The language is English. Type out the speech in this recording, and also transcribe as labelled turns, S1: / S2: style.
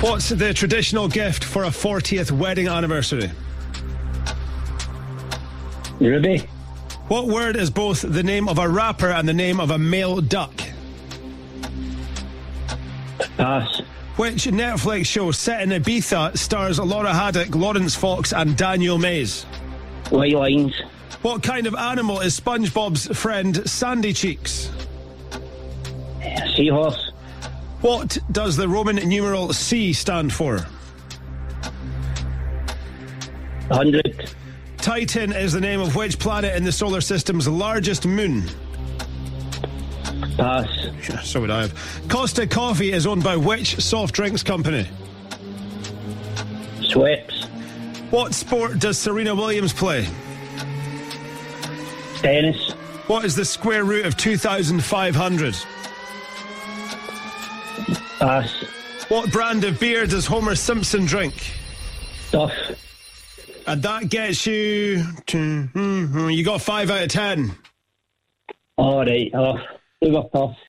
S1: What's the traditional gift for a 40th wedding anniversary?
S2: Ruby,
S1: What word is both the name of a rapper and the name of a male duck?
S2: pass.
S1: Which Netflix show set in Ibiza stars Laura Haddock, Lawrence Fox, and Daniel Mays?
S2: White lines,
S1: What kind of animal is SpongeBob's friend Sandy Cheeks?
S2: seahorse,
S1: What does the Roman numeral C stand for?
S2: 100,
S1: Titan is the name of which planet in the solar system's largest moon?
S2: pass.
S1: So would I have. Costa Coffee is owned by which soft drinks company?
S2: Sweeps,
S1: What sport does Serena Williams play?
S2: tennis,
S1: What is the square root of 2,500?
S2: pass.
S1: What brand of beer does Homer Simpson drink?
S2: Duff,
S1: And that gets you hmm, to. You got five out of ten.
S2: alright, off. We were tough.